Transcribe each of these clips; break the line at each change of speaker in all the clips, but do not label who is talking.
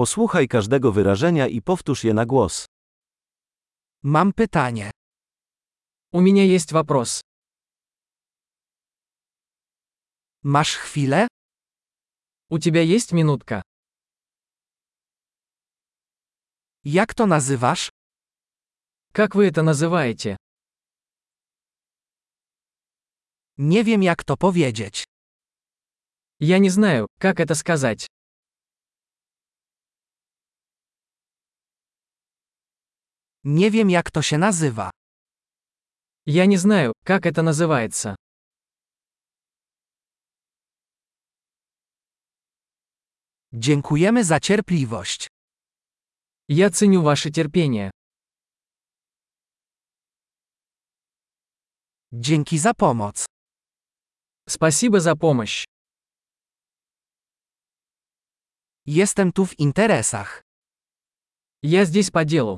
Posłuchaj każdego wyrażenia i powtórz je na głos.
Mam pytanie. У меня есть вопрос. Masz chwilę? У тебя есть минутка? Jak to nazywasz? Как вы это называете? Nie wiem jak to powiedzieć. Я не знаю, как это сказать. Nie wiem jak to się nazywa. Я не знаю, как это называется. Dziękujemy za cierpliwość. Я ценю ваше терпение. Dzięki za pomoc. Спасибо за помощь. Jestem tu w interesach. Я здесь по делу.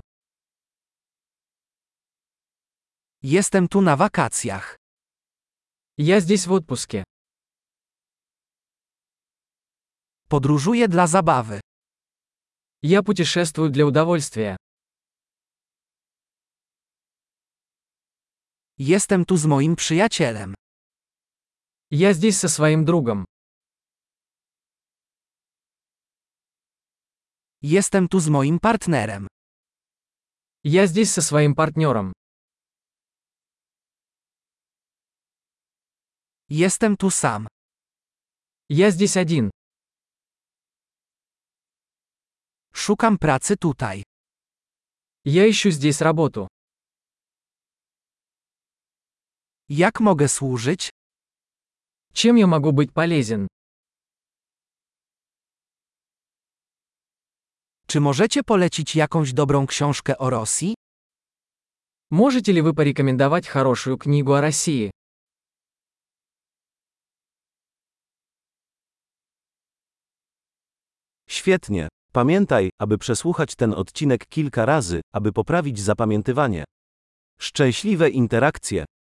Jestem tu na wakacjach. Я здесь в отпуске. Podróżuję dla zabawy. Я путешествую для удовольствия. Jestem tu z moim przyjacielem. Я здесь со своим другом. Jestem tu z moim partnerem. Я здесь со своим партнером. Jestem tu sam. Я здесь один. Szukam pracy tutaj. Я ищу здесь работу. Jak mogę służyć? Чем я могу быть полезен? Czy możecie polecić jakąś dobrą książkę o Rosji? Можете ли вы порекомендовать хорошую книгу о России?
Świetnie. Pamiętaj, aby przesłuchać ten odcinek kilka razy, aby poprawić zapamiętywanie. Szczęśliwe interakcje.